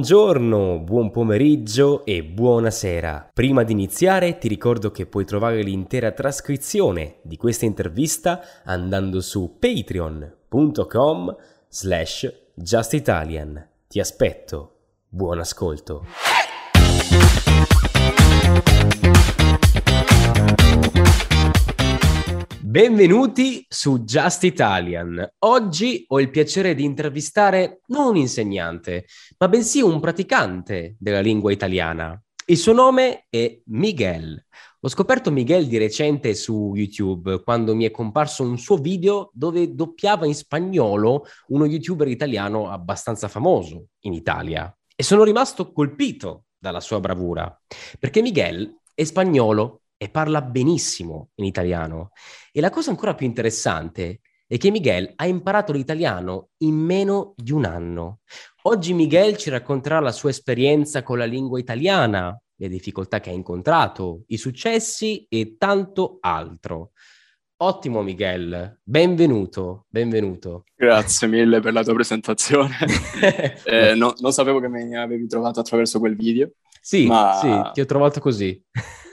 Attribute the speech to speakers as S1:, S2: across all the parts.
S1: Buongiorno, buon pomeriggio e buonasera. Prima di iniziare ti ricordo che puoi trovare l'intera trascrizione di questa intervista andando su patreon.com slash justitalian. Ti aspetto. Buon ascolto. Benvenuti su Just Italian. Oggi ho il piacere di intervistare non un insegnante, ma bensì un praticante della lingua italiana. Il suo nome è Miguel. Ho scoperto Miguel di recente su YouTube quando mi è comparso un suo video dove doppiava in spagnolo uno youtuber italiano abbastanza famoso in Italia e sono rimasto colpito dalla sua bravura, perché Miguel è spagnolo e parla benissimo in italiano. E la cosa ancora più interessante è che Miguel ha imparato l'italiano in meno di un anno. Oggi Miguel ci racconterà la sua esperienza con la lingua italiana, le difficoltà che ha incontrato, i successi e tanto altro. Ottimo Miguel, benvenuto, benvenuto.
S2: Grazie mille per la tua presentazione. Eh, no- non sapevo che mi avevi trovato attraverso quel video.
S1: sì,
S2: ma-
S1: sì, ti ho trovato così.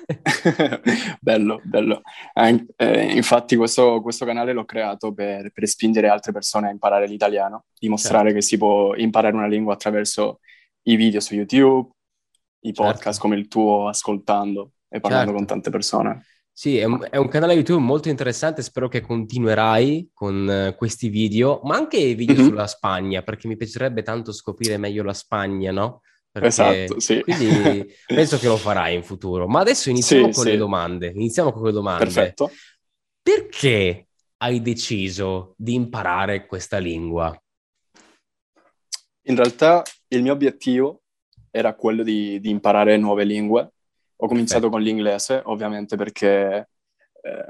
S2: bello, bello. An- eh, infatti questo, questo canale l'ho creato per, per spingere altre persone a imparare l'italiano, dimostrare
S1: Certo.
S2: che si può imparare una lingua attraverso i video su YouTube, i
S1: Certo.
S2: podcast come il tuo, ascoltando e parlando
S1: Certo.
S2: con tante persone.
S1: Sì, è un, è un canale YouTube molto interessante, spero che continuerai con eh, questi video, ma anche video
S2: Mhm.
S1: sulla Spagna, perché mi piacerebbe tanto scoprire meglio la Spagna, no? Perché-
S2: Esatto, sì.
S1: Quindi penso che lo farai in futuro. Ma adesso iniziamo
S2: Sì,
S1: con
S2: sì.
S1: le domande. Iniziamo con le domande.
S2: Perfetto.
S1: Perché hai deciso di imparare questa lingua?
S2: In realtà il mio obiettivo era quello di, di imparare nuove lingue. Ho cominciato con l'inglese, ovviamente, perché eh,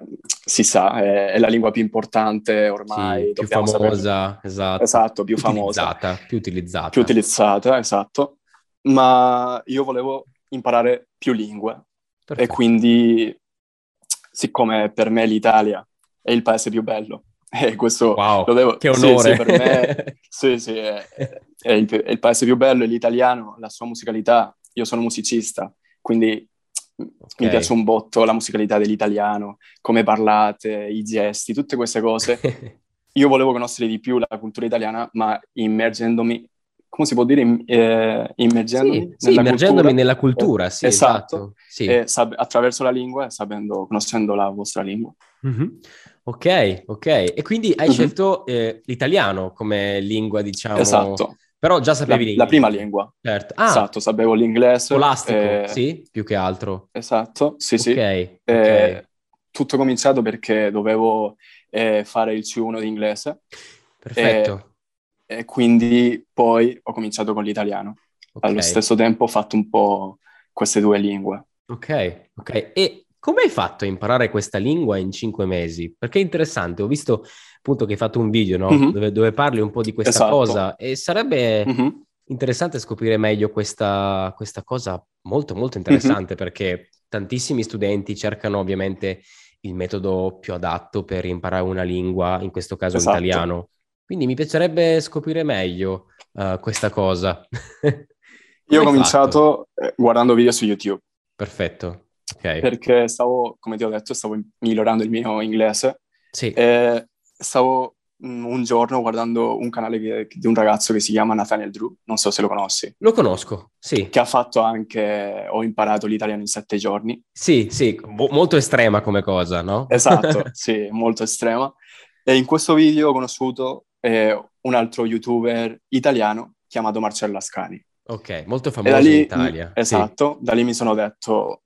S2: si sa, è, è la lingua più importante ormai,
S1: Sì, più
S2: dobbiamo sapere-
S1: famosa, esatto.
S2: Esatto, più
S1: Più
S2: famosa,
S1: utilizzata, più utilizzata.
S2: più utilizzata, esatto. Ma io volevo imparare più lingue e
S1: Perfetto.
S2: quindi, siccome per me l'Italia è il paese più bello, e questo
S1: Wow,
S2: lo devo...
S1: che
S2: sì, sì,
S1: onore.
S2: per me sì, sì, è, è il, è il paese più bello, è l'italiano, la sua musicalità. Io sono musicista, quindi mi piace un botto la musicalità dell'italiano, come parlate, i gesti, tutte queste cose. Io volevo conoscere di più la cultura italiana, ma immergendomi, come si può dire, im- eh, immergendomi
S1: Sì, sì, immergendomi
S2: cultura,
S1: nella cultura, sì, esatto.
S2: Esatto.
S1: sì.
S2: e sap- attraverso la lingua, e sapendo, conoscendo la vostra lingua.
S1: Mhm. Ok, ok. E quindi hai
S2: Mhm.
S1: scelto eh, l'italiano come lingua, diciamo.
S2: esatto,
S1: Però già
S2: la,
S1: sapevi
S2: la
S1: l'inglese.
S2: prima lingua.
S1: Certo. Ah,
S2: Esatto, sapevo l'inglese.
S1: scolastico,
S2: eh,
S1: sì, più che altro.
S2: Esatto, sì, sì.
S1: Ok, ok.
S2: Eh, tutto cominciato perché dovevo eh, fare il C1 di inglese
S1: Perfetto.
S2: e quindi poi ho cominciato con l'italiano.
S1: Ok,
S2: Allo stesso tempo ho fatto un po' queste due lingue.
S1: ok, ok. E come hai fatto a imparare questa lingua in cinque mesi? Perché è interessante, ho visto appunto che hai fatto un video, no?
S2: Mhm.
S1: Dove, dove parli un po' di questa
S2: Esatto.
S1: cosa e sarebbe...
S2: Mhm,
S1: interessante scoprire meglio questa, questa cosa molto molto interessante perché tantissimi studenti cercano ovviamente il metodo più adatto per imparare una lingua, in questo caso
S2: Esatto.
S1: l'italiano. Quindi mi piacerebbe scoprire meglio eh, questa cosa.
S2: Io ho
S1: Come hai fatto?
S2: cominciato eh, guardando video su YouTube
S1: Perfetto. Ok.
S2: perché stavo, come ti ho detto, stavo migliorando il mio inglese
S1: Sì.
S2: e stavo mm, un giorno guardando un canale che- di un ragazzo che si chiama Nathaniel Drew, non so se lo conosci,
S1: Lo conosco, sì.
S2: che ha fatto anche Ho imparato l'italiano in sette giorni.
S1: Sì, sì, mo- molto estrema come cosa, no?
S2: Esatto, sì, molto estrema. E in questo video ho conosciuto eh, un altro youtuber italiano chiamato Marcello Ascani.
S1: ok, molto
S2: E da
S1: famoso
S2: lì,
S1: in Italia.
S2: mi- esatto, da lì mi sono detto,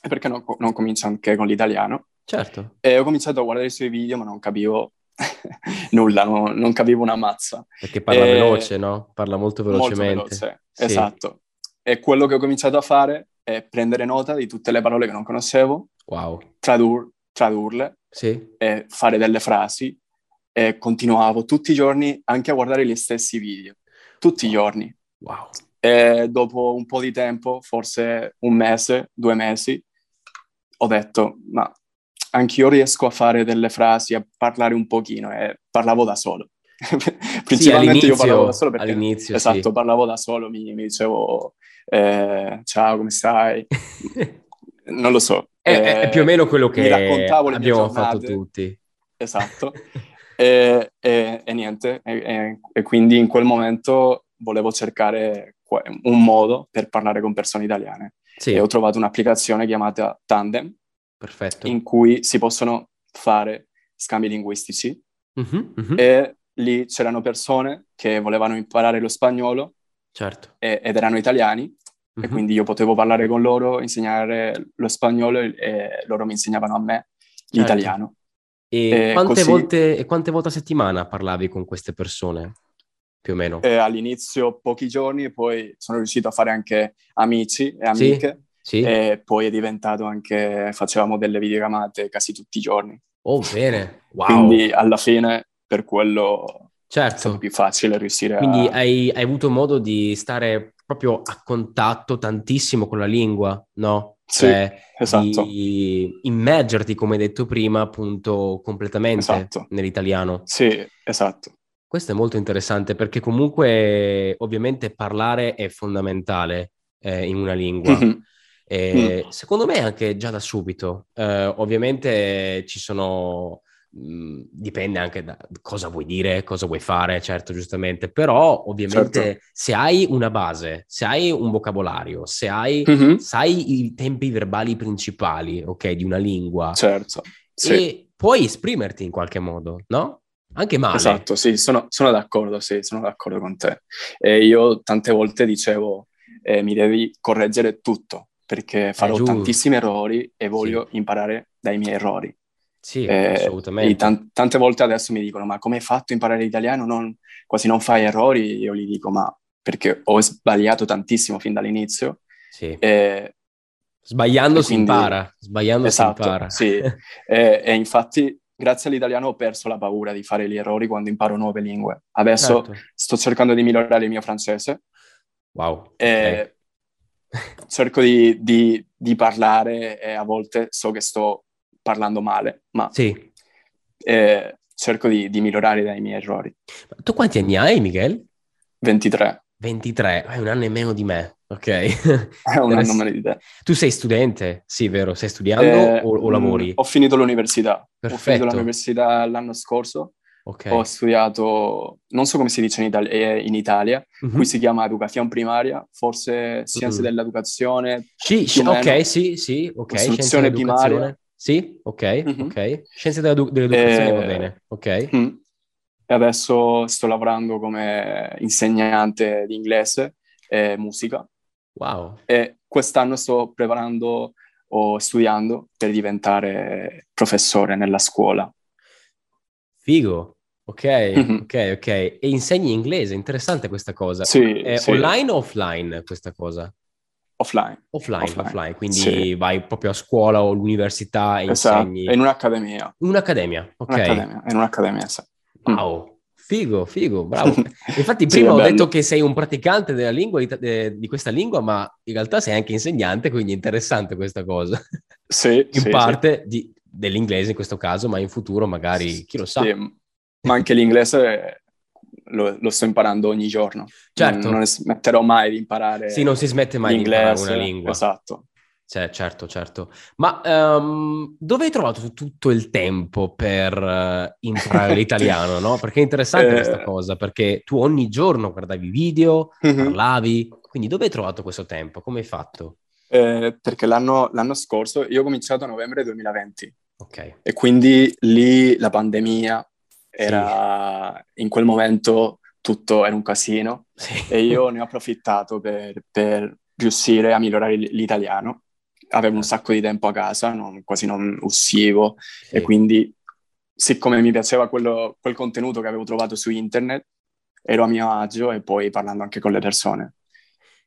S2: "E perché no- non comincio anche con l'italiano?
S1: Sì, certo.
S2: E ho cominciato a guardare i suoi video, ma non capivo nulla, no- non capivo una mazza.
S1: Perché parla
S2: Eh,
S1: veloce, no? Parla molto
S2: Molto
S1: velocemente.
S2: veloce,
S1: Sì.
S2: esatto. E quello che ho cominciato a fare è prendere nota di tutte le parole che non conoscevo,
S1: Wow.
S2: tradur- tradurle,
S1: Sì.
S2: e fare delle frasi e continuavo tutti i giorni anche a guardare gli stessi video, tutti i giorni.
S1: Wow.
S2: E dopo un po' di tempo, forse un mese, due mesi, ho detto, ma anch'io riesco a fare delle frasi, a parlare un pochino e parlavo da solo. Principalmente io parlavo da solo perché...
S1: all'inizio, sì.
S2: esatto, parlavo da solo, mi, mi dicevo eh, ciao, come stai? non lo so. Eh,
S1: È, è- è più o meno quello
S2: mi
S1: che
S2: raccontavo le mie
S1: abbiamo
S2: giornate.
S1: fatto tutti.
S2: Esatto. e, e- e niente, e, e- e quindi in quel momento volevo cercare qua- un modo per parlare con persone italiane
S1: Sì,
S2: e ho trovato un'applicazione chiamata Tandem
S1: perfetto.
S2: in cui si possono fare scambi linguistici
S1: Mhm, mhm,
S2: e lì c'erano persone che volevano imparare lo spagnolo
S1: Certo.
S2: e- ed erano italiani e
S1: Mhm.
S2: quindi io potevo parlare con loro, insegnare lo spagnolo e- e loro mi insegnavano a me
S1: Certo.
S2: l'italiano.
S1: E
S2: eh,
S1: quante,
S2: così-
S1: volte, e quante volte a settimana parlavi con queste persone? Più o meno.
S2: Eh, all'inizio pochi giorni, poi sono riuscito a fare anche amici e
S1: Sì?
S2: amiche,
S1: Sì?
S2: e poi è diventato anche, facevamo delle videochiamate quasi tutti i giorni.
S1: Oh, bene. Wow.
S2: Quindi alla fine per quello è stato
S1: certo.
S2: più facile riuscire
S1: Quindi
S2: a...
S1: hai, hai avuto modo di stare proprio a contatto tantissimo con la lingua, no?
S2: Sì,
S1: Cioè,
S2: esatto.
S1: di immergerti, come hai detto prima, appunto, completamente
S2: Esatto.
S1: nell'italiano.
S2: Sì, esatto.
S1: Questo è molto interessante perché comunque, ovviamente, parlare è fondamentale eh, in una lingua.
S2: Mm-hmm. Mm. Mhm.
S1: Eh, Secondo me anche già da subito. Eh, ovviamente ci sono, mh, dipende anche da cosa vuoi dire, cosa vuoi fare, certo, giustamente, però ovviamente
S2: Certo.
S1: se hai una base, se hai un vocabolario, se hai,
S2: Mhm,
S1: sai i tempi verbali principali, ok, di una lingua,
S2: Certo. Sì.
S1: e puoi esprimerti in qualche modo, no? Anche male.
S2: Esatto, sì, sono, sono d'accordo, sì, sono d'accordo con te. E io tante volte dicevo, eh, mi devi correggere
S1: Eh,
S2: tutto, perché farò
S1: giusto.
S2: tantissimi errori e voglio imparare dai miei errori.
S1: Sì,
S2: Eh,
S1: assolutamente.
S2: e tan- tante volte adesso mi dicono, ma come hai fatto a imparare l'italiano? Non- quasi non fai errori, io gli dico, ma perché ho sbagliato tantissimo fin dall'inizio.
S1: Sì.
S2: E,
S1: Sbagliando
S2: e
S1: si
S2: quindi-
S1: impara, sbagliando si
S2: Esatto,
S1: impara.
S2: sì. e- e infatti, grazie all'italiano ho perso la paura di fare gli errori quando imparo nuove lingue. Adesso...
S1: Certo.
S2: sto cercando di migliorare il mio francese
S1: Wow. Eh. ok.
S2: e cerco di, di- di parlare e a volte so che sto parlando male, ma
S1: Sì.
S2: eh, cerco di, di migliorare dai miei errori.
S1: Ma Tu quanti anni hai, Miguel?
S2: 23,
S1: 23, hai un anno in meno di me, ok?
S2: è un
S1: Interess-
S2: anno meno di te.
S1: tu sei studente, sì, vero? Stai studiando
S2: Eh,
S1: o, o
S2: mh,
S1: lavori?
S2: Ho finito l'università, ho
S1: Perfetto.
S2: finito l'università l'anno scorso,
S1: Ok.
S2: ho studiato, non so come si dice in, Ital- eh, in Italia,
S1: Mhm.
S2: qui si chiama educazione primaria, forse scienze
S1: Mm.
S2: dell'educazione,
S1: Sì, sì,
S2: più o meno.
S1: ok, sì, sì, ok. Scienze
S2: Istruzione
S1: dell'educazione.
S2: primaria.
S1: Sì, ok,
S2: Mhm.
S1: ok. Scienze dell'edu- dell'educazione, va
S2: Eh,
S1: bene, ok.
S2: Mm. E adesso sto lavorando come insegnante di inglese e musica
S1: Wow,
S2: e quest'anno sto preparando o studiando per diventare professore nella scuola.
S1: figo. Ok,
S2: Mhm.
S1: ok, ok. E insegni inglese, interessante questa cosa.
S2: Sì,
S1: È
S2: sì,
S1: Eh, online o offline questa cosa?
S2: offline.
S1: Offline, offline,
S2: Offline,
S1: quindi
S2: sì.
S1: vai proprio a scuola o all'università e
S2: Esatto,
S1: insegni.
S2: in un'accademia.
S1: Un'accademia, ok.
S2: Un'accademia, in un'accademia, sì. Mm.
S1: Wow, figo, figo, bravo. Infatti
S2: Sì,
S1: prima
S2: è
S1: ho
S2: bello.
S1: detto che sei un praticante della lingua, ita- eh, di questa lingua, ma in realtà sei anche insegnante, quindi è interessante questa cosa.
S2: Sì,
S1: In
S2: sì, sì.
S1: parte di- dell'inglese in questo caso, ma in futuro magari, chi lo sa.
S2: Sì, ma anche l'inglese eh, lo, lo sto imparando ogni giorno.
S1: Certo.
S2: Non, non smetterò mai di imparare
S1: Sì, non si smette mai di imparare
S2: l'inglese.
S1: una lingua.
S2: Esatto.
S1: Cioè, certo, certo. Ma ehm, dove hai trovato tu- tutto il tempo per eh, imparare l'italiano, no? Perché è interessante
S2: Eh.
S1: questa cosa, perché tu ogni giorno guardavi video,
S2: Mhm.
S1: parlavi, quindi dove hai trovato questo tempo? Come hai fatto?
S2: Eh, perché l'anno, l'anno scorso io ho cominciato a novembre 2020
S1: Ok,
S2: e quindi lì la pandemia era in quel momento tutto era un casino
S1: sì.
S2: e io ne ho approfittato per, per riuscire a migliorare l- l'italiano. Avevo un
S1: Eh.
S2: sacco di tempo a casa, non- quasi non uscivo
S1: Sì.
S2: e quindi siccome mi piaceva quello- quel contenuto che avevo trovato su internet ero a mio agio e poi parlando anche con le persone.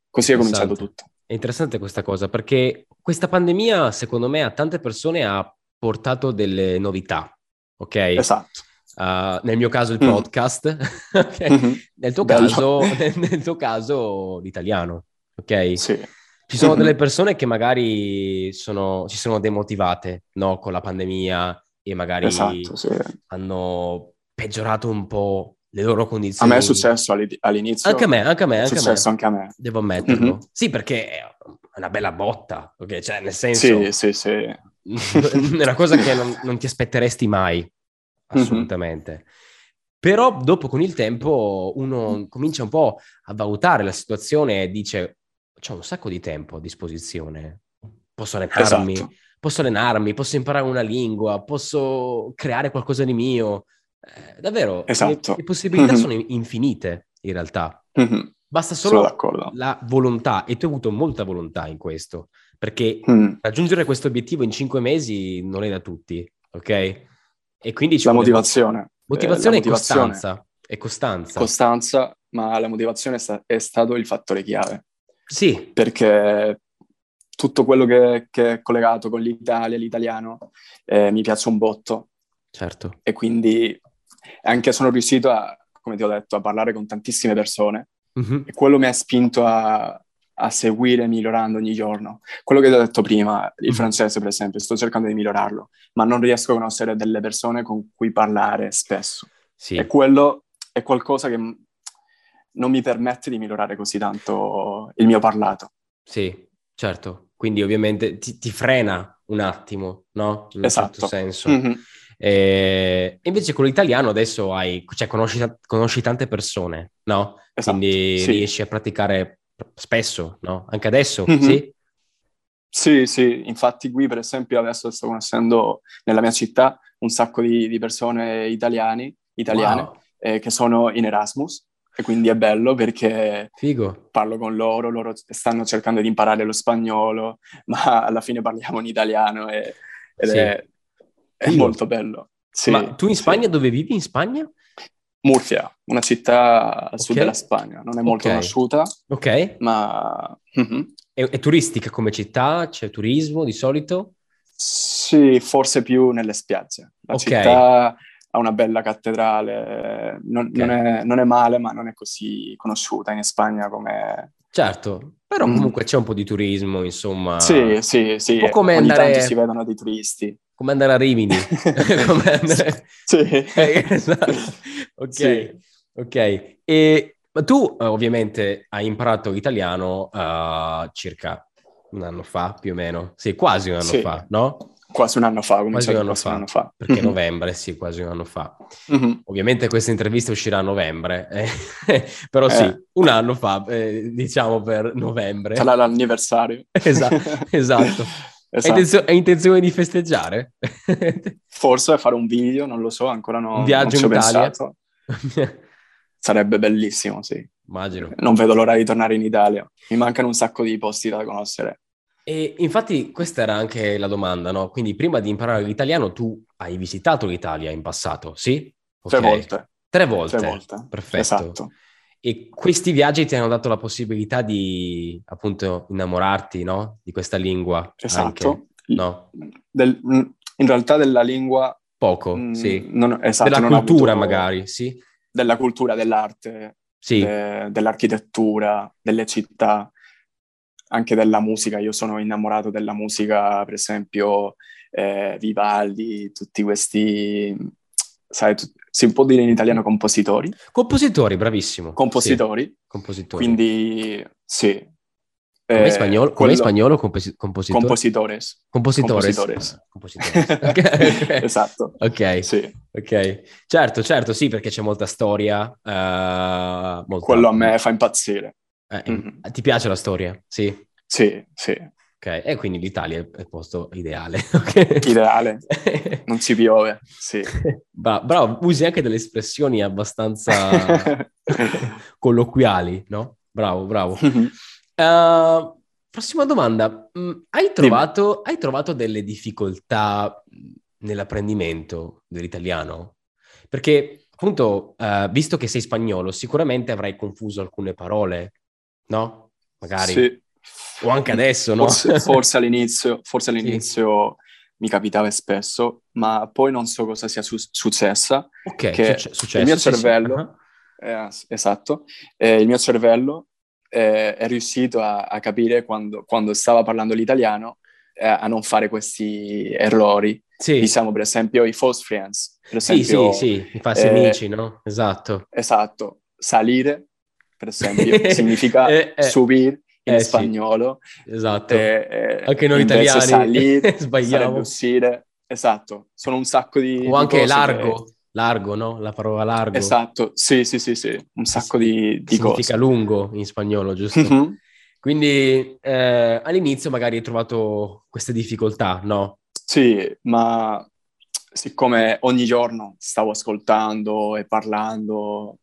S2: Così
S1: Esatto.
S2: è cominciato
S1: Interessante.
S2: tutto.
S1: È interessante questa cosa perché questa pandemia, secondo me, a tante persone ha portato delle novità, ok?
S2: Esatto.
S1: Uh, nel mio caso il
S2: Mm.
S1: podcast, ok?
S2: Mhm.
S1: Nel tuo
S2: Bello.
S1: caso, nel tuo caso l'italiano, ok?
S2: Sì.
S1: Ci sono
S2: Mhm.
S1: delle persone che magari sono, si sono demotivate, no? Con la pandemia e magari
S2: Esatto, sì.
S1: hanno peggiorato un po' le loro condizioni.
S2: A me è successo all'inizio.
S1: Anche a me, anche a me.
S2: È
S1: Anche
S2: successo
S1: a me.
S2: anche a me.
S1: Devo ammetterlo.
S2: Mhm.
S1: Sì, perché è una bella botta, ok? Cioè, nel senso,
S2: Sì, sì, sì.
S1: è una cosa che non, non ti aspetteresti mai,
S2: Mhm.
S1: assolutamente. Però dopo, con il tempo, uno comincia un po' a valutare la situazione e dice, c'ho un sacco di tempo a disposizione, posso allenarmi,
S2: Esatto.
S1: posso allenarmi, posso imparare una lingua, posso creare qualcosa di mio. Eh, davvero, le-
S2: Esatto.
S1: le, possibilità
S2: Mhm.
S1: sono infinite, in realtà.
S2: Mhm.
S1: Basta
S2: Sono
S1: solo
S2: d'accordo.
S1: la volontà, e tu hai avuto molta volontà in questo, perché
S2: Mm.
S1: raggiungere questo obiettivo in cinque mesi non è da tutti, ok? E quindi ci
S2: La
S1: vuole
S2: motivazione.
S1: Cioè, motivazione
S2: Eh,
S1: e
S2: la motivazione.
S1: costanza. E costanza.
S2: Costanza, ma la motivazione è, sta- è stato il fattore chiave,
S1: sì,
S2: perché tutto quello che, che è collegato con l'Italia, l'italiano, eh, mi piace un botto
S1: certo.
S2: e quindi anche sono riuscito a, come ti ho detto, a parlare con tantissime persone
S1: Mhm.
S2: e quello mi ha spinto a, a seguire migliorando ogni giorno. Quello che ti ho detto prima, il
S1: Mhm.
S2: francese per esempio, sto cercando di migliorarlo, ma non riesco a conoscere delle persone con cui parlare spesso.
S1: Sì.
S2: E quello è qualcosa che mh, non mi permette di migliorare così tanto il mio parlato.
S1: Sì, certo. Quindi ovviamente ti, ti frena un attimo, no? In un
S2: Esatto.
S1: certo senso.
S2: Mhm.
S1: E invece con l'italiano adesso hai, cioè conosci, ta- conosci tante persone, no?
S2: Esatto,
S1: Quindi
S2: sì.
S1: riesci a praticare spesso, no? Anche adesso,
S2: Mhm.
S1: sì?
S2: Sì, sì, infatti qui per esempio adesso sto conoscendo nella mia città un sacco di, di persone italiani, italiane
S1: Wow,
S2: eh, che sono in Erasmus e quindi è bello perché
S1: figo.
S2: parlo con loro, loro stanno cercando di imparare lo spagnolo, ma alla fine parliamo in italiano e, ed
S1: Sì.
S2: è, è
S1: Figo.
S2: molto bello. Sì,
S1: Ma tu in
S2: sì.
S1: Spagna dove vivi? In Spagna?
S2: Murcia, una città al sud
S1: Ok.
S2: della Spagna, non è molto
S1: Ok.
S2: conosciuta,
S1: Ok. È,
S2: ma Mhm.
S1: è turistica come città? C'è turismo di solito?
S2: sì, forse più nelle spiagge. La
S1: Ok.
S2: città ha una bella cattedrale, non,
S1: Ok.
S2: non è, non è male, ma non è così conosciuta in Spagna come...
S1: Certo, però
S2: Mm.
S1: comunque c'è un po' di turismo, insomma.
S2: Sì, sì, sì,
S1: Ah. Un po' come
S2: ogni
S1: andare-
S2: tanto si vedono dei turisti.
S1: Come andare a Rimini. come andare...
S2: Sì.
S1: Eh, esatto. Ok,
S2: Sì.
S1: ok. E ma tu eh, ovviamente hai imparato l'italiano eh, circa un anno fa, più o meno. Sì, quasi un anno
S2: Sì.
S1: fa, no?
S2: Quasi un anno fa, ho
S1: Quasi un
S2: cominciato
S1: anno
S2: quasi
S1: fa.
S2: un anno fa.
S1: Perché
S2: Mhm.
S1: novembre, sì, quasi un anno fa.
S2: Mhm.
S1: Ovviamente questa intervista uscirà a novembre, eh, però sì,
S2: Eh.
S1: un anno fa, eh, diciamo per novembre.
S2: Tra l'altro l'anniversario.
S1: Esatto, esatto. Hai,
S2: Esatto.
S1: intenzio- hai intenzione di festeggiare?
S2: Forse fare un video, non lo so, ancora no,
S1: Un viaggio
S2: non ci
S1: in
S2: ho
S1: Italia.
S2: pensato. Sarebbe bellissimo, sì.
S1: Immagino.
S2: Non vedo l'ora di tornare in Italia. Mi mancano un sacco di posti da conoscere.
S1: E infatti questa era anche la domanda, no? Quindi prima di imparare l'italiano tu hai visitato l'Italia in passato, sì?
S2: Tre
S1: Ok.
S2: volte.
S1: Tre volte.
S2: Tre volte.
S1: Perfetto.
S2: Esatto.
S1: E questi viaggi ti hanno dato la possibilità di appunto innamorarti, no? Di questa lingua
S2: Esatto.
S1: anche, no?
S2: Del- mh, in realtà della lingua...
S1: Poco,
S2: mh,
S1: sì.
S2: non- Mm, esatto,
S1: Della
S2: non ho
S1: cultura
S2: avuto-
S1: magari, sì?
S2: Della cultura, dell'arte,
S1: Sì,
S2: de- dell'architettura, delle città, anche della musica. Io sono innamorato della musica, per esempio eh, Vivaldi, tutti questi, sai, tu- si può dire in italiano compositori,
S1: compositori, bravissimo. Sì,
S2: compositori,
S1: compositori.
S2: quindi sì.
S1: Come
S2: Eh,
S1: in spagnolo, come
S2: quello-
S1: in spagnolo composi- compositore?
S2: Compositores.
S1: compositores.
S2: compositores.
S1: Compositores. Ah, Ok.
S2: Esatto,
S1: Ok.
S2: sì.
S1: Ok, certo, certo, sì, perché c'è molta storia. eh, molta-
S2: Quello a me fa impazzire.
S1: Eh,
S2: Mhm.
S1: Ti piace la storia? Sì, ok.
S2: Sì, sì,
S1: E quindi l'Italia è il posto ideale. ok?
S2: ideale. Non ci piove, sì.
S1: Bra- bravo, usi anche delle espressioni abbastanza colloquiali, no? Bravo, bravo. Eh, prossima domanda. Mm, Hai trovato, hai trovato delle difficoltà mm, nell'apprendimento dell'italiano? Perché, appunto, eh, visto che sei spagnolo, sicuramente avrai confuso alcune parole, no? Magari.
S2: Sì.
S1: O anche adesso, no?
S2: Forse, forse all'inizio, forse all'inizio mi capitava spesso, ma poi non so cosa sia su- successa.
S1: Ok,
S2: che
S1: succe- successo.
S2: il mio
S1: sì, sì.
S2: cervello-
S1: Ah,
S2: Eh, s- esatto. Eh, il mio cervello eh, è riuscito a, a capire quando, quando stava parlando l'italiano eh, a non fare questi errori.
S1: Sì,
S2: Diciamo per esempio i false friends. Per esempio,
S1: sì, sì, sì, i falsi
S2: eh,
S1: amici, no? Esatto.
S2: Esatto, salire, per esempio, significa
S1: Eh, eh,
S2: subir in
S1: eh, sì.
S2: spagnolo.
S1: Esatto.
S2: eh, eh,
S1: Anche noi
S2: invece
S1: italiani
S2: salire sarebbe
S1: sbagliamo.
S2: uscire. Esatto, sono un sacco di... di
S1: O anche
S2: cose
S1: largo, largo, no? La parola largo
S2: che- Esatto, sì, sì, sì, sì, un sacco di, di
S1: significa
S2: cose.
S1: lungo in spagnolo, giusto?
S2: Mhm.
S1: Quindi eh, all'inizio magari hai trovato queste difficoltà, no?
S2: Sì, ma siccome ogni giorno stavo ascoltando e parlando,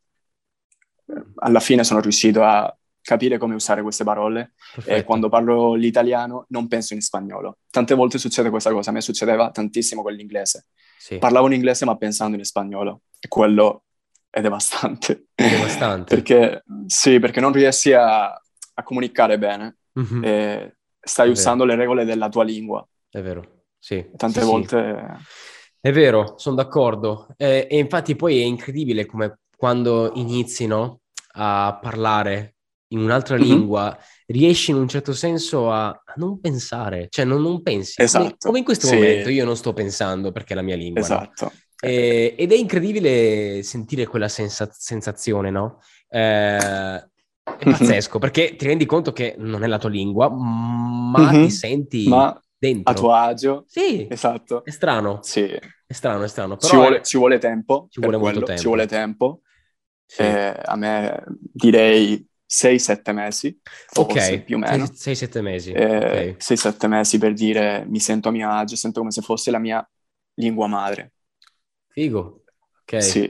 S2: eh, alla fine sono riuscito a capire come usare queste parole.
S1: Perfetto.
S2: e Eh, quando parlo l'italiano non penso in spagnolo. Tante volte succede questa cosa, a me succedeva tantissimo con l'inglese.
S1: Sì,
S2: Parlavo in inglese ma pensando in spagnolo e quello è devastante.
S1: è devastante.
S2: perché sì, perché non riesci a, a comunicare bene
S1: Mhm,
S2: e
S1: È
S2: stai
S1: vero.
S2: usando le regole della tua lingua.
S1: È vero, sì.
S2: Tante
S1: sì, sì.
S2: volte
S1: È vero, sono d'accordo. Eh, e infatti poi è incredibile come quando inizi, no, a parlare in un'altra
S2: Mhm.
S1: lingua, riesci in un certo senso a a non pensare, cioè non, non pensi. Come- Come,
S2: Esatto,
S1: in questo
S2: sì.
S1: momento io non sto pensando perché è la mia lingua. no?
S2: esatto.
S1: Eh, ed è incredibile sentire quella sensa- sensazione, no? Eh,
S2: Mhm.
S1: è pazzesco perché ti rendi conto che non è la tua lingua, ma
S2: Mhm.
S1: ti senti
S2: Ma
S1: dentro.
S2: a tuo agio,
S1: Sì,
S2: esatto.
S1: è strano.
S2: Sì,
S1: È strano, è strano. Però
S2: ci, vuole,
S1: è-
S2: ci vuole tempo,
S1: Ci
S2: per
S1: vuole molto
S2: quello,
S1: tempo.
S2: ci vuole tempo.
S1: sì.
S2: Eh, a me direi 6-7 mesi,
S1: ok,
S2: forse più o meno.
S1: 6-7 mesi.
S2: Eh,
S1: ok.
S2: 6-7 mesi per dire mi sento a mio agio, sento come se fosse la mia lingua madre.
S1: Figo. Ok.
S2: Sì.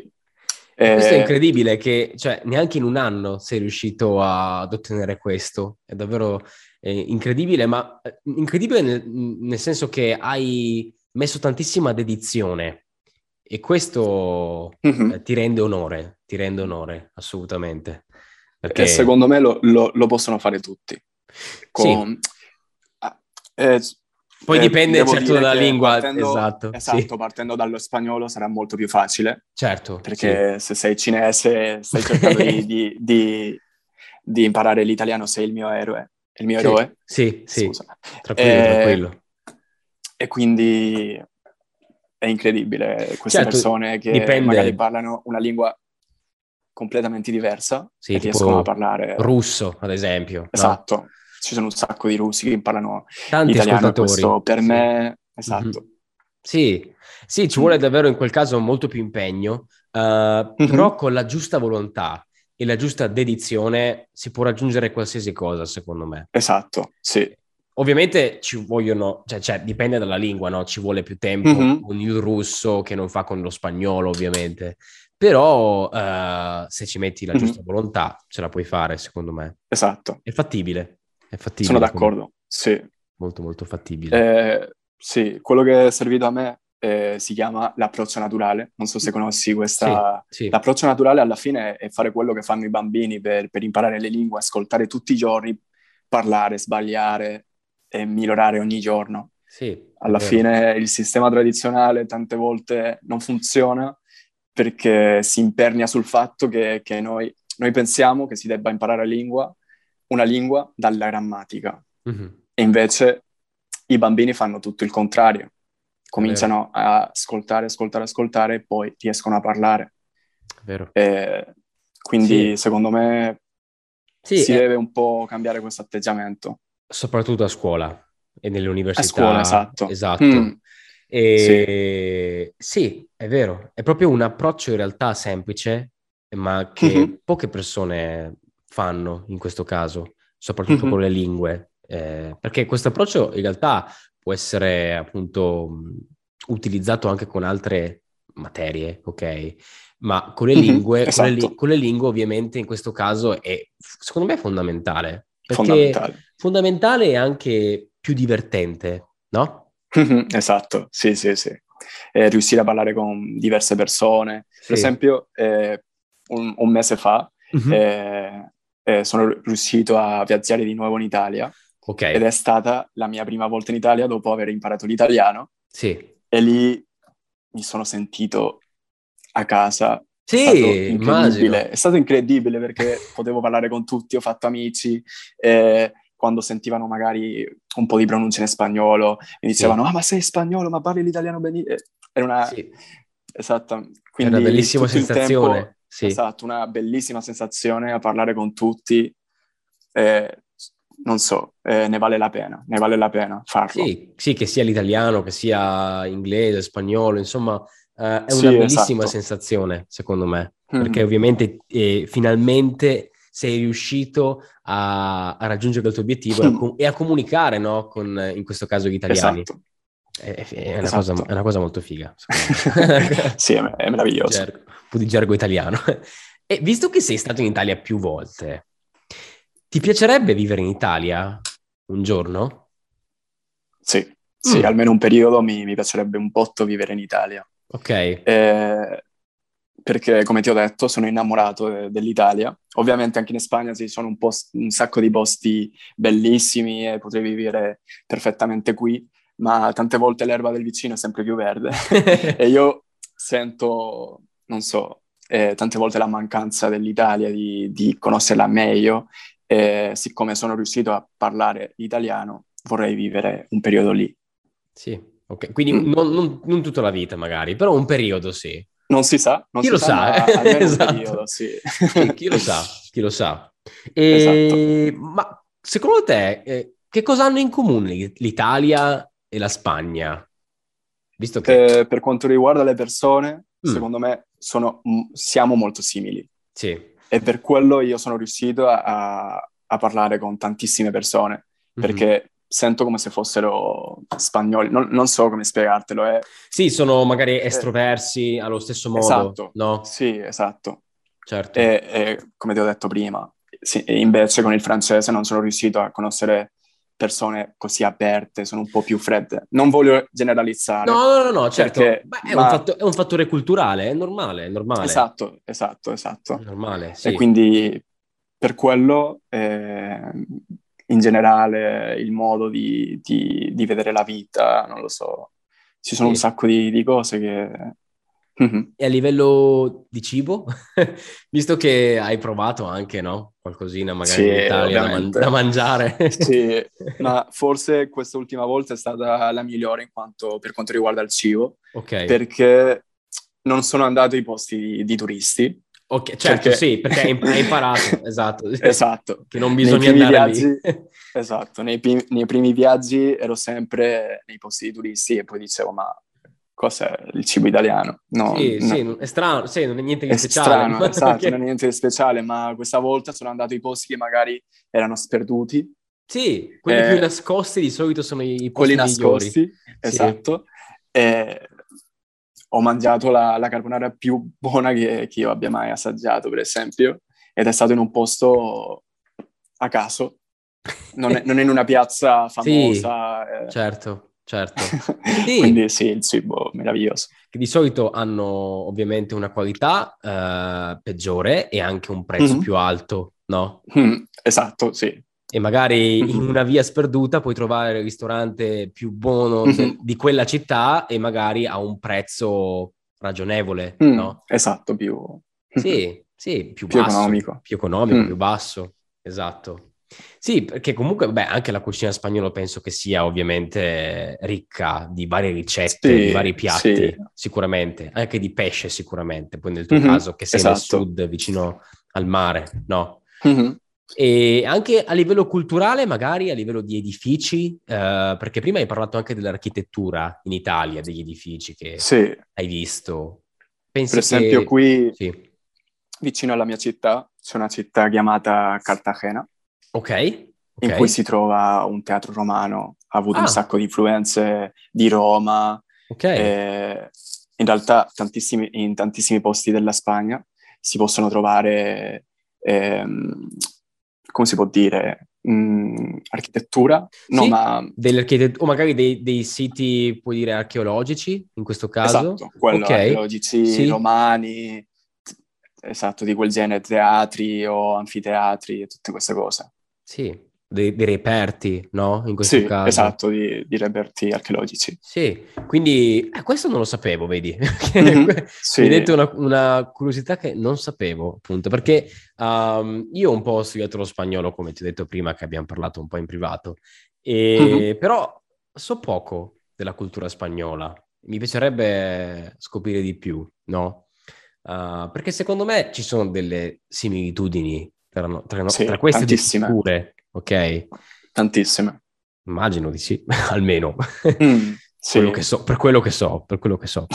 S1: E Questo è
S2: Eh,
S1: incredibile che cioè, neanche in un anno sei riuscito a- ad ottenere questo. È davvero eh, incredibile, ma eh, incredibile nel, nel senso che hai messo tantissima dedizione e questo
S2: mhm.
S1: eh, ti rende onore, ti rende onore assolutamente. Perché
S2: E secondo me lo, lo- lo possono fare tutti. Con- Ah, eh,
S1: poi
S2: eh,
S1: dipende
S2: devo
S1: certo
S2: dire
S1: dalla
S2: che
S1: lingua,
S2: partendo-
S1: esatto, sì.
S2: partendo dallo spagnolo sarà molto più facile.
S1: certo, sì.
S2: perché se sei cinese stai cercando di, di- di- di imparare l'italiano, sei il mio eroe. Il mio eroe?
S1: Sì, sì,
S2: Scusa.
S1: tranquillo,
S2: Eh,
S1: tranquillo.
S2: E quindi è incredibile queste
S1: Certo,
S2: persone che
S1: dipende.
S2: magari parlano una lingua completamente diversa
S1: Sì,
S2: e
S1: tipo
S2: riescono a parlare.
S1: Russo, ad esempio. no?
S2: esatto, ci sono un sacco di russi che parlano
S1: Tanti
S2: l'italiano e
S1: ascoltatori.
S2: questo per
S1: Sì. Mhm.
S2: me... Esatto.
S1: Mm-hmm. Sì, sì, ci vuole davvero in quel caso molto più impegno, eh,
S2: Mm-hmm.
S1: però con la giusta volontà e la giusta dedizione si può raggiungere qualsiasi cosa, secondo me.
S2: Esatto, sì.
S1: Ovviamente ci vogliono, cioè, cioè, dipende dalla lingua, no? Ci vuole più tempo
S2: Mhm.
S1: con il russo che non fa con lo spagnolo, ovviamente. Però eh, se ci metti la
S2: Mhm.
S1: giusta volontà ce la puoi fare, secondo me.
S2: Esatto,
S1: È fattibile, è fattibile.
S2: sono d'accordo, sì.
S1: Molto, molto fattibile.
S2: Eh, sì, quello che è servito a me eh, si chiama l'approccio naturale. Non so se conosci questa.
S1: Sì,
S2: L'approccio naturale alla fine è fare quello che fanno i bambini per, per imparare le lingue, ascoltare tutti i giorni, parlare, sbagliare e migliorare ogni giorno.
S1: sì, è
S2: Alla
S1: vero.
S2: fine il sistema tradizionale tante volte non funziona perché si impernia sul fatto che, che noi, noi pensiamo che si debba imparare la lingua, una lingua dalla grammatica.
S1: Mhm.
S2: E invece i bambini fanno tutto il contrario. Cominciano a ascoltare, ascoltare, ascoltare e poi riescono a parlare.
S1: Vero.
S2: Eh, quindi secondo me
S1: Sì,
S2: si
S1: eh,
S2: deve un po' cambiare questo atteggiamento.
S1: soprattutto a scuola e nelle
S2: A
S1: università.
S2: scuola, esatto.
S1: Esatto.
S2: Mm,
S1: E... Sì. è vero. È proprio un approccio in realtà semplice, ma che
S2: Mhm.
S1: poche persone fanno in questo caso, soprattutto
S2: Mhm.
S1: con le lingue. Eh, perché questo approccio in realtà può essere appunto mh, utilizzato anche con altre materie, ok? Ma con le
S2: Mhm,
S1: lingue, con le li-
S2: esatto.
S1: con le lingue ovviamente in questo caso è, secondo me, è fondamentale. Perché
S2: fondamentale.
S1: fondamentale e anche più divertente, no?
S2: Mhm, Esatto, sì, sì, sì. Eh, riuscire a parlare con diverse persone.
S1: Sì.
S2: Per esempio, eh, un, un mese fa
S1: Mhm.
S2: eh, eh, sono riuscito a viaggiare di nuovo in Italia.
S1: ok,
S2: ed è stata la mia prima volta in Italia dopo aver imparato l'italiano
S1: sì.
S2: e lì mi sono sentito a casa. È stato
S1: Sì, immagino.
S2: incredibile, è stato incredibile perché potevo parlare con tutti, ho fatto amici, eh, quando sentivano magari un po' di pronuncia in spagnolo mi dicevano ah ma sei spagnolo, ma parli l'italiano benissimo. eh, Era una,
S1: Sì.
S2: esatto.
S1: È
S2: Quindi
S1: una bellissima
S2: tutto il
S1: sensazione.
S2: tempo-
S1: sì.
S2: Esatto, una bellissima sensazione a parlare con tutti. eh, non so, eh, ne vale la pena, ne vale la pena farlo.
S1: Sì, sì, che sia l'italiano, che sia inglese, spagnolo, insomma, eh, è
S2: Sì,
S1: una bellissima
S2: esatto.
S1: sensazione, secondo me,
S2: Mm.
S1: perché ovviamente eh, finalmente sei riuscito a, a raggiungere il tuo obiettivo e a, com- e a comunicare, no, con, eh, in questo caso, gli italiani.
S2: Esatto.
S1: È, è una
S2: Esatto.
S1: cosa, è una cosa molto figa, secondo me.
S2: sì, è, è meraviglioso.
S1: gergo, un po' di gergo italiano. E visto che sei stato in Italia più volte, ti piacerebbe vivere in Italia un giorno?
S2: Sì, sì,
S1: Mm.
S2: almeno un periodo mi, mi piacerebbe un botto vivere in Italia.
S1: Ok.
S2: Eh, perché, come ti ho detto, sono innamorato eh, dell'Italia. Ovviamente anche in Spagna ci sono un, po- un sacco di posti bellissimi e potrei vivere perfettamente qui, ma tante volte l'erba del vicino è sempre più verde. E io sento, non so, eh, tante volte la mancanza dell'Italia, di, di conoscerla meglio. E siccome sono riuscito a parlare l'italiano, vorrei vivere un periodo lì.
S1: Sì, ok. Quindi
S2: Mm.
S1: non, non- non tutta la vita, magari, però un periodo sì.
S2: Non si sa, non
S1: Chi
S2: si
S1: lo
S2: sa,
S1: sa,
S2: ma
S1: eh?
S2: almeno
S1: Esatto.
S2: un periodo, sì.
S1: Chi, chi lo sa, chi lo sa. E-
S2: Esatto.
S1: Ma secondo te, eh, che cosa hanno in comune l'Italia e la Spagna? Visto che...
S2: Eh, per quanto riguarda le persone,
S1: Mm.
S2: secondo me sono- m- siamo molto simili
S1: Sì.
S2: e per quello io sono riuscito a, a- a parlare con tantissime persone
S1: Mhm.
S2: perché sento come se fossero spagnoli, non, non so come spiegartelo, eh. è...
S1: Sì, sono magari estroversi allo stesso modo,
S2: Eh. Esatto.
S1: no?
S2: Sì, esatto.
S1: Certo.
S2: E, e come ti ho detto prima, sì, e invece con il francese non sono riuscito a conoscere persone così aperte, sono un po' più fredde. Non voglio generalizzare.
S1: No, no, no, no, certo.
S2: Perché-
S1: Beh, è, un
S2: ma-
S1: fatto- è un fattore culturale, è normale, è normale.
S2: Esatto, esatto, esatto.
S1: È Normale, sì.
S2: E quindi per quello, eh, in generale, il modo di, di- di vedere la vita, non lo so, ci sono
S1: Sì.
S2: un sacco di, di cose che... Mhm.
S1: E a livello di cibo, visto che hai provato anche, no? Qualcosina magari
S2: Sì,
S1: in Italia da, man-
S2: ovviamente.
S1: da mangiare.
S2: Sì, ma forse questa ultima volta è stata la migliore in quanto, per quanto riguarda il cibo,
S1: Ok,
S2: perché non sono andato ai posti di, di turisti.
S1: ok, certo,
S2: perché-
S1: sì, perché hai hai imparato, esatto,
S2: Esatto,
S1: che non
S2: Nei
S1: bisogna
S2: primi
S1: andare lì.
S2: Esatto, nei, pi- nei primi viaggi ero sempre nei posti di turisti e poi dicevo, ma cos'è il cibo italiano? No,
S1: Sì,
S2: no,
S1: sì, non- è strano, sì, non è niente di
S2: è
S1: speciale.
S2: strano, esatto,
S1: Ok.
S2: non è niente di speciale, ma questa volta sono andato ai posti che magari erano sperduti,
S1: Sì, quelli
S2: Eh,
S1: più nascosti di solito sono i
S2: quelli
S1: posti migliori.
S2: nascosti, esatto, e ho mangiato la, la carbonara più buona che, che io abbia mai assaggiato, per esempio, ed è stato in un posto a caso, non, è- non in una piazza famosa. eh,
S1: Certo, certo. Sì.
S2: Quindi sì, il cibo meraviglioso.
S1: Che di solito hanno ovviamente una qualità eh, peggiore e anche un prezzo
S2: Mhm.
S1: più alto, no?
S2: Mm, esatto, sì.
S1: e magari in
S2: Mhm.
S1: una via sperduta puoi trovare il ristorante più buono
S2: Mhm.
S1: de- di quella città e magari a un prezzo ragionevole,
S2: Mm,
S1: no?
S2: Esatto, più,
S1: Sì, sì, più,
S2: più
S1: basso,
S2: economico.
S1: più economico,
S2: Mm.
S1: più basso, esatto. Sì, perché comunque, beh, anche la cucina spagnola penso che sia ovviamente ricca di varie ricette,
S2: Sì,
S1: di vari piatti,
S2: sì.
S1: sicuramente, anche di pesce sicuramente, poi nel tuo
S2: Mhm,
S1: caso che sei nel
S2: esatto.
S1: sud, vicino al mare, no?
S2: Mhm.
S1: E anche a livello culturale, magari a livello di edifici, eh, perché prima hai parlato anche dell'architettura in Italia, degli edifici che
S2: Sì,
S1: hai visto. Pensi
S2: per esempio
S1: che...
S2: qui
S1: Sì.
S2: vicino alla mia città c'è una città chiamata Cartagena,
S1: Ok, ok.
S2: in cui si trova un teatro romano, ha avuto
S1: Ah.
S2: un sacco di influenze di Roma,
S1: ok.
S2: eh, in realtà tantissimi- in tantissimi posti della Spagna si possono trovare, ehm, come si può dire, Mm, architettura? No,
S1: Sì,
S2: ma
S1: Dell'architet- o magari dei, dei siti, puoi dire, archeologici, in questo caso.
S2: esatto, quello,
S1: Ok.
S2: archeologici
S1: sì.
S2: romani, t- esatto, di quel genere, teatri o anfiteatri e tutte queste cose.
S1: Sì, dei, dei reperti, no? In questo
S2: Sì,
S1: caso.
S2: esatto, di, di reperti archeologici.
S1: Sì, quindi eh, questo non lo sapevo, vedi?
S2: Mhm, sì.
S1: Mi hai detto una, una curiosità che non sapevo, appunto, perché ehm, io un po' ho studiato lo spagnolo, come ti ho detto prima, che abbiamo parlato un po' in privato, e- però so poco della cultura spagnola. mi piacerebbe scoprire di più, no? Uh, perché secondo me ci sono delle similitudini tra, tra,
S2: Sì,
S1: tra queste due
S2: tantissime.
S1: culture, ok?
S2: Tantissime.
S1: Immagino di sì, almeno
S2: Mm, sì.
S1: quello che so, per quello che so, per quello che so.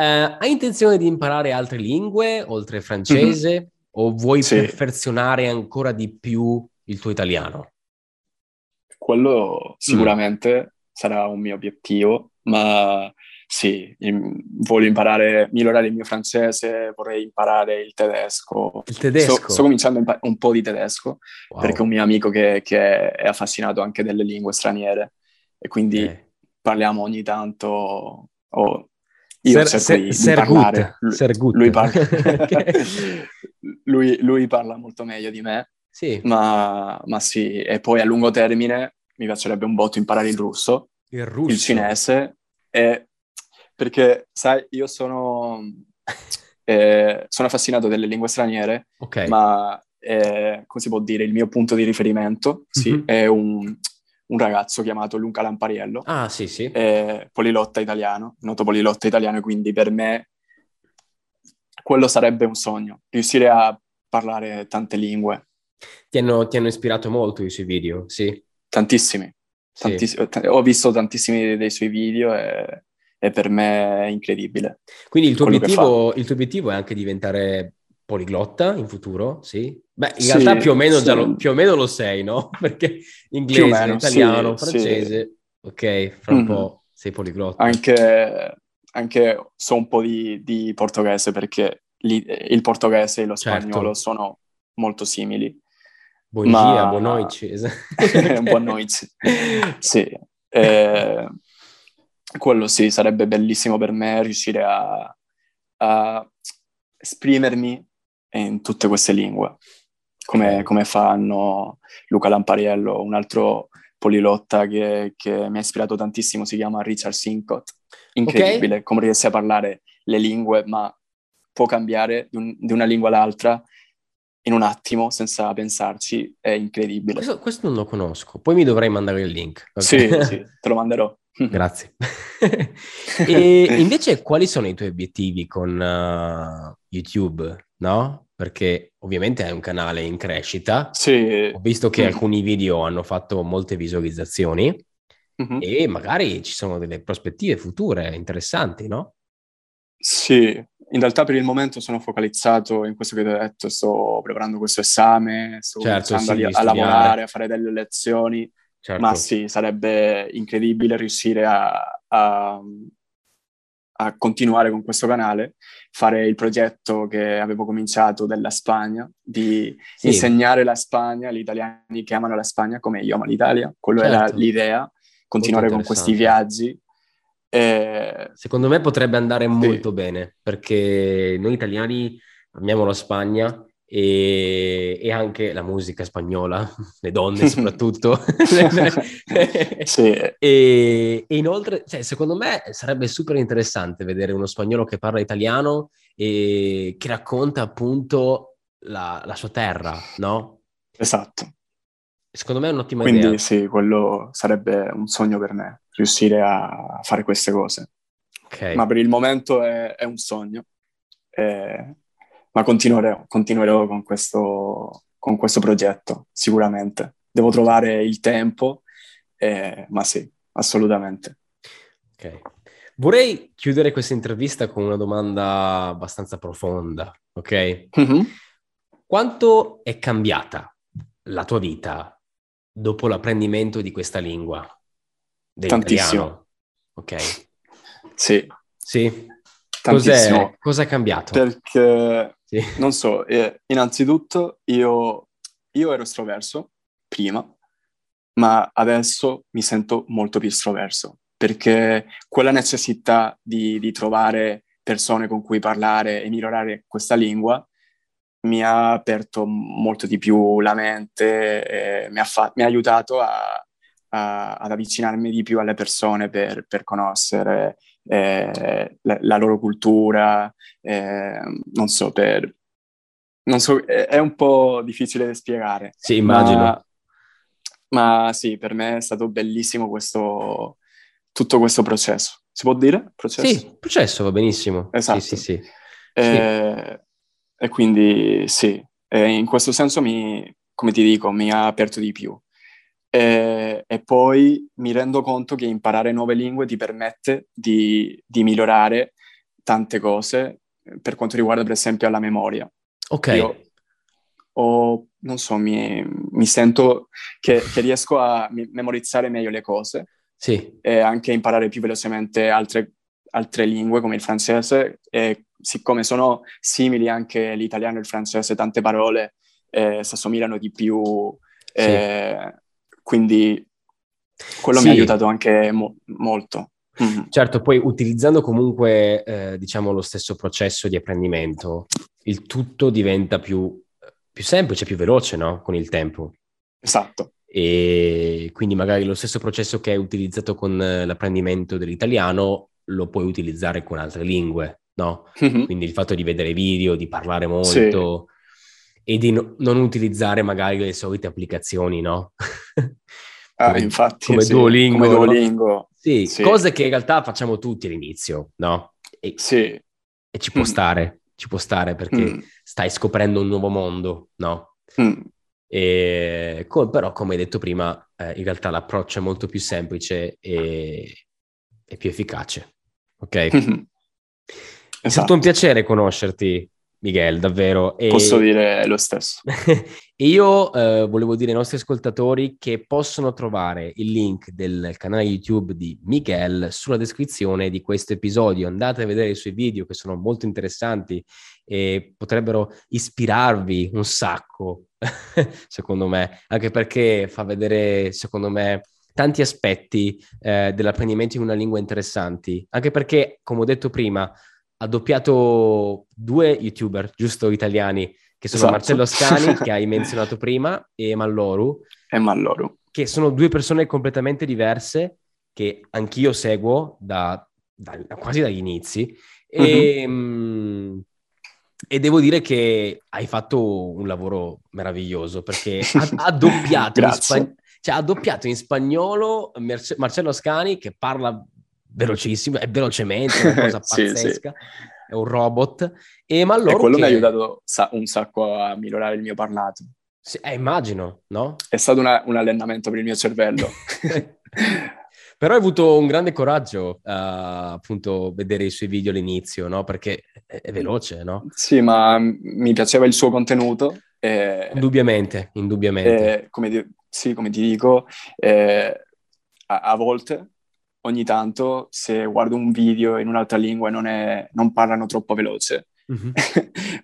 S1: Eh, hai intenzione di imparare altre lingue oltre al francese o vuoi
S2: Mhm. Sì.
S1: perfezionare ancora di più il tuo italiano?
S2: Quello sicuramente
S1: Mm.
S2: sarà un mio obiettivo, ma sì, im- voglio imparare, migliorare il mio francese, vorrei imparare il tedesco.
S1: Il
S2: Sto,
S1: tedesco?
S2: sto cominciando a imparare un po' di tedesco
S1: Wow.
S2: perché ho un mio amico che, che è affascinato anche delle lingue straniere e quindi
S1: Eh.
S2: parliamo ogni tanto. o io
S1: Ser-
S2: cerco
S1: ser-
S2: di, di
S1: ser
S2: parlare.
S1: good,
S2: Lui,
S1: ser good.
S2: lui parla,
S1: Ok.
S2: lui, lui parla molto meglio di me,
S1: Sì,
S2: ma, ma sì. E poi a lungo termine mi piacerebbe un botto imparare il russo,
S1: il russo.
S2: il cinese, e- perché sai, io sono, eh, sono affascinato delle lingue straniere,
S1: Ok.
S2: ma eh, come si può dire, il mio punto di riferimento sì,
S1: Mhm.
S2: è un, un ragazzo chiamato Luca Lampariello
S1: Ah, sì, sì.
S2: eh, polilotta italiano, noto polilotta italiano, quindi per me quello sarebbe un sogno, riuscire a parlare tante lingue,
S1: Ti hanno, ti hanno ispirato molto i suoi video, sì.
S2: tantissimi,
S1: sì.
S2: tantiss- t- ho visto tantissimi dei suoi video e, e per me è incredibile.
S1: Quindi il tuo,
S2: quello che
S1: obiettivo, il tuo obiettivo è anche diventare poliglotta in futuro, sì? Beh, in
S2: Sì,
S1: realtà più o meno, già lo,
S2: sì.
S1: più o meno lo sei, no? Perché
S2: Più o
S1: inglese,
S2: meno,
S1: italiano,
S2: sì,
S1: francese, ok, fra un
S2: Mhm.
S1: po' sei poliglotta.
S2: Anche, anche so un po' di, di portoghese perché lì- il portoghese e lo
S1: Certo.
S2: spagnolo sono molto simili.
S1: Buon
S2: ma-
S1: dia, buon noici. es-
S2: un buon noici. Sì, eh, quello sì, sarebbe bellissimo per me riuscire a, a esprimermi in tutte queste lingue, come,
S1: Ok.
S2: come fanno Luca Lampariello, un altro polilotta che, che mi ha ispirato tantissimo, si chiama Richard Sincott. Incredibile come riesce a parlare le lingue, ma può cambiare di, un- di una lingua all'altra in un attimo senza pensarci, è incredibile.
S1: Questo, questo non lo conosco, poi mi dovrei mandare il link. ok?
S2: Sì, sì, te lo manderò.
S1: Grazie. e invece quali sono i tuoi obiettivi con eh, YouTube, no? Perché ovviamente è un canale in crescita.
S2: Sì,
S1: Ho visto che
S2: Mm.
S1: alcuni video hanno fatto molte visualizzazioni
S2: mhm.
S1: e magari ci sono delle prospettive future interessanti, no?
S2: Sì, in realtà per il momento sono focalizzato in questo che ti ho detto, sto preparando questo esame, sto
S1: Certo,
S2: cominciando
S1: sì,
S2: a,
S1: di
S2: a
S1: studiare.
S2: lavorare, a fare delle lezioni,
S1: Certo.
S2: ma sì, sarebbe incredibile riuscire a, a- a continuare con questo canale, fare il progetto che avevo cominciato della Spagna, di
S1: Sì,
S2: insegnare la Spagna, gli italiani che amano la Spagna come io amo l'Italia, quello
S1: Certo.
S2: era l'idea, continuare con questi viaggi. E-
S1: Secondo me potrebbe andare
S2: Sì.
S1: molto bene perché noi italiani amiamo la Spagna e, e anche la musica spagnola, le donne soprattutto.
S2: Sì,
S1: E, e inoltre, cioè, secondo me sarebbe super interessante vedere uno spagnolo che parla italiano e che racconta appunto la, la sua terra, no?
S2: esatto.
S1: Secondo me è un'ottima idea.
S2: Quindi sì, quello sarebbe un sogno per me, riuscire a fare queste cose.
S1: Ok.
S2: Ma per il momento è, è un sogno. Eh, ma continuerò, continuerò con questo, con questo progetto, sicuramente. Devo trovare il tempo, eh, ma sì, assolutamente.
S1: Ok. Vorrei chiudere questa intervista con una domanda abbastanza profonda, ok?
S2: Mhm.
S1: Quanto è cambiata la tua vita dopo l'apprendimento di questa lingua? Dell'italiano? Ok.
S2: Sì,
S1: Sì.
S2: tantissimo. Cioè,
S1: Cos'è, cosa è cambiato?
S2: Perché
S1: Sì.
S2: Non so, eh, innanzitutto io, io ero estroverso prima, ma adesso mi sento molto più estroverso perché quella necessità di, di trovare persone con cui parlare e migliorare questa lingua mi ha aperto molto di più la mente, eh, mi, ha fa- mi ha aiutato a- a- ad avvicinarmi di più alle persone per, per conoscere eh, la, la loro cultura, eh, non so, per... Non so, è è un po' difficile da spiegare,
S1: Sì, immagino.
S2: ma, ma sì, per me è stato bellissimo questo, tutto questo processo. Si può dire? Processo?
S1: Sì, processo va benissimo.
S2: Esatto.
S1: Sì, sì, sì.
S2: Eh, E quindi sì, eh, in questo senso mi, come ti dico, mi ha aperto di più. Eh, e poi mi rendo conto che imparare nuove lingue ti permette di, di migliorare tante cose eh, per quanto riguarda per esempio la memoria.
S1: Ok.
S2: Io ho- non so, mi, mi sento che, che riesco a mi- memorizzare meglio le cose
S1: Sì.
S2: e anche imparare più velocemente altre, altre lingue come il francese e siccome sono simili anche l'italiano e il francese, tante parole eh, si assomigliano di più, eh, quindi quello mi ha
S1: Sì.
S2: aiutato anche mo- molto. Mhm.
S1: Certo, poi utilizzando comunque, eh, diciamo, lo stesso processo di apprendimento, il tutto diventa più, più semplice, più veloce, no? Con il tempo.
S2: Esatto,
S1: E quindi magari lo stesso processo che hai utilizzato con eh, l'apprendimento dell'italiano lo puoi utilizzare con altre lingue, no?
S2: Mhm.
S1: Quindi il fatto di vedere video, di parlare molto e di no- non utilizzare magari le solite applicazioni, no?
S2: Ah,
S1: Come-
S2: infatti,
S1: come
S2: sì,
S1: Duolingo,
S2: come
S1: no?
S2: Duolingo,
S1: Sì,
S2: Sì.
S1: cose che in realtà facciamo tutti all'inizio, no? E,
S2: sì.
S1: e ci può
S2: Mm.
S1: stare, ci può stare perché
S2: Mm.
S1: stai scoprendo un nuovo mondo, no?
S2: Mm.
S1: E co- però, come hai detto prima, eh, in realtà l'approccio è molto più semplice e, e più efficace. Ok?
S2: Mhm.
S1: È stato
S2: Esatto.
S1: un piacere conoscerti, Miguel, davvero. E...
S2: Posso dire lo stesso.
S1: E Io eh, volevo dire ai nostri ascoltatori che possono trovare il link del canale YouTube di Miguel sulla descrizione di questo episodio. Andate a vedere i suoi video che sono molto interessanti e potrebbero ispirarvi un sacco, secondo me, anche perché fa vedere, secondo me, tanti aspetti eh, dell'apprendimento in una lingua interessanti, anche perché, come ho detto prima, ha doppiato due YouTuber, giusto, italiani, che sono
S2: Esatto.
S1: Marcello Scani, che hai menzionato prima, e Malloru,
S2: E Malloru.
S1: che sono due persone completamente diverse, che anch'io seguo da, da- da- quasi dagli inizi,
S2: Mhm.
S1: e, mh, e devo dire che hai fatto un lavoro meraviglioso, perché ha, ha doppiato, in
S2: Grazie.
S1: spag- cioè, ha doppiato in spagnolo Merce- Marcello Scani, che parla velocissimo, e velocemente, è una cosa
S2: Sì, sì.
S1: pazzesca, è un robot, e Malloru
S2: E quello mi ha
S1: che-
S2: aiutato sa- un sacco a migliorare il mio parlato.
S1: Sì, eh, immagino, no?
S2: È stato una- un allenamento per il mio cervello.
S1: Però hai avuto un grande coraggio a appunto vedere i suoi video all'inizio, no? Perché è,
S2: Mm.
S1: è veloce, no?
S2: sì, ma m- mi piaceva il suo contenuto. E,
S1: Indubbiamente, indubbiamente.
S2: e come, di- sì, come ti dico, eh, a-, a volte, ogni tanto, se guardo un video in un'altra lingua e non, è- non parlano troppo veloce,
S1: Mhm.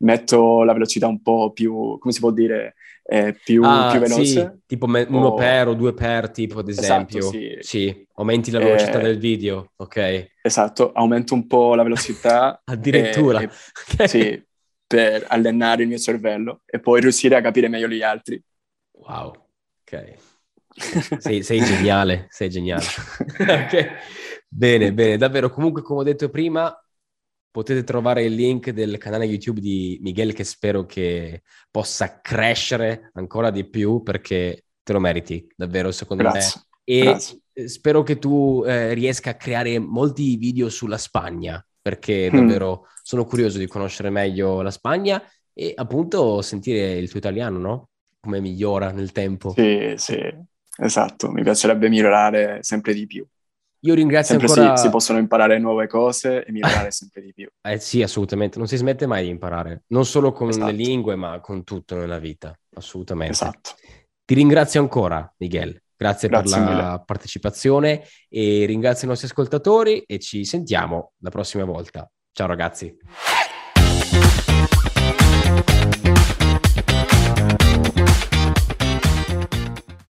S2: metto la velocità un po' più, come si può dire, eh, più,
S1: Ah,
S2: più veloce.
S1: sì, tipo me- uno
S2: o-
S1: per o due per, tipo ad
S2: Esatto,
S1: esempio.
S2: sì.
S1: aumenti la velocità
S2: Eh,
S1: del video, ok?
S2: Esatto, aumento un po' la velocità.
S1: Addirittura.
S2: e-
S1: Ok.
S2: e- eh, sì, per allenare il mio cervello e poi riuscire a capire meglio gli altri.
S1: Wow, ok. Sei, sei geniale, sei geniale. Ok. Bene, bene, davvero. Comunque, come ho detto prima, potete trovare il link del canale YouTube di Miguel che spero che possa crescere ancora di più perché te lo meriti, davvero, secondo
S2: Grazie.
S1: me. E
S2: grazie.
S1: eh, spero che tu eh, riesca a creare molti video sulla Spagna perché
S2: Mm.
S1: davvero sono curioso di conoscere meglio la Spagna e appunto sentire il tuo italiano, no? Come migliora nel tempo.
S2: Sì, sì, esatto, mi piacerebbe migliorare sempre di più.
S1: Io ringrazio
S2: Sempre si-
S1: ancora...
S2: si, possono imparare nuove cose e migliorare sempre di più.
S1: Eh sì, assolutamente, non si smette mai di imparare, non solo con
S2: Esatto.
S1: le lingue, ma con tutto nella vita, assolutamente.
S2: Esatto.
S1: Ti ringrazio ancora, Miguel, grazie,
S2: Grazie
S1: per la partecipazione e ringrazio i nostri ascoltatori e ci sentiamo la prossima volta. Ciao ragazzi.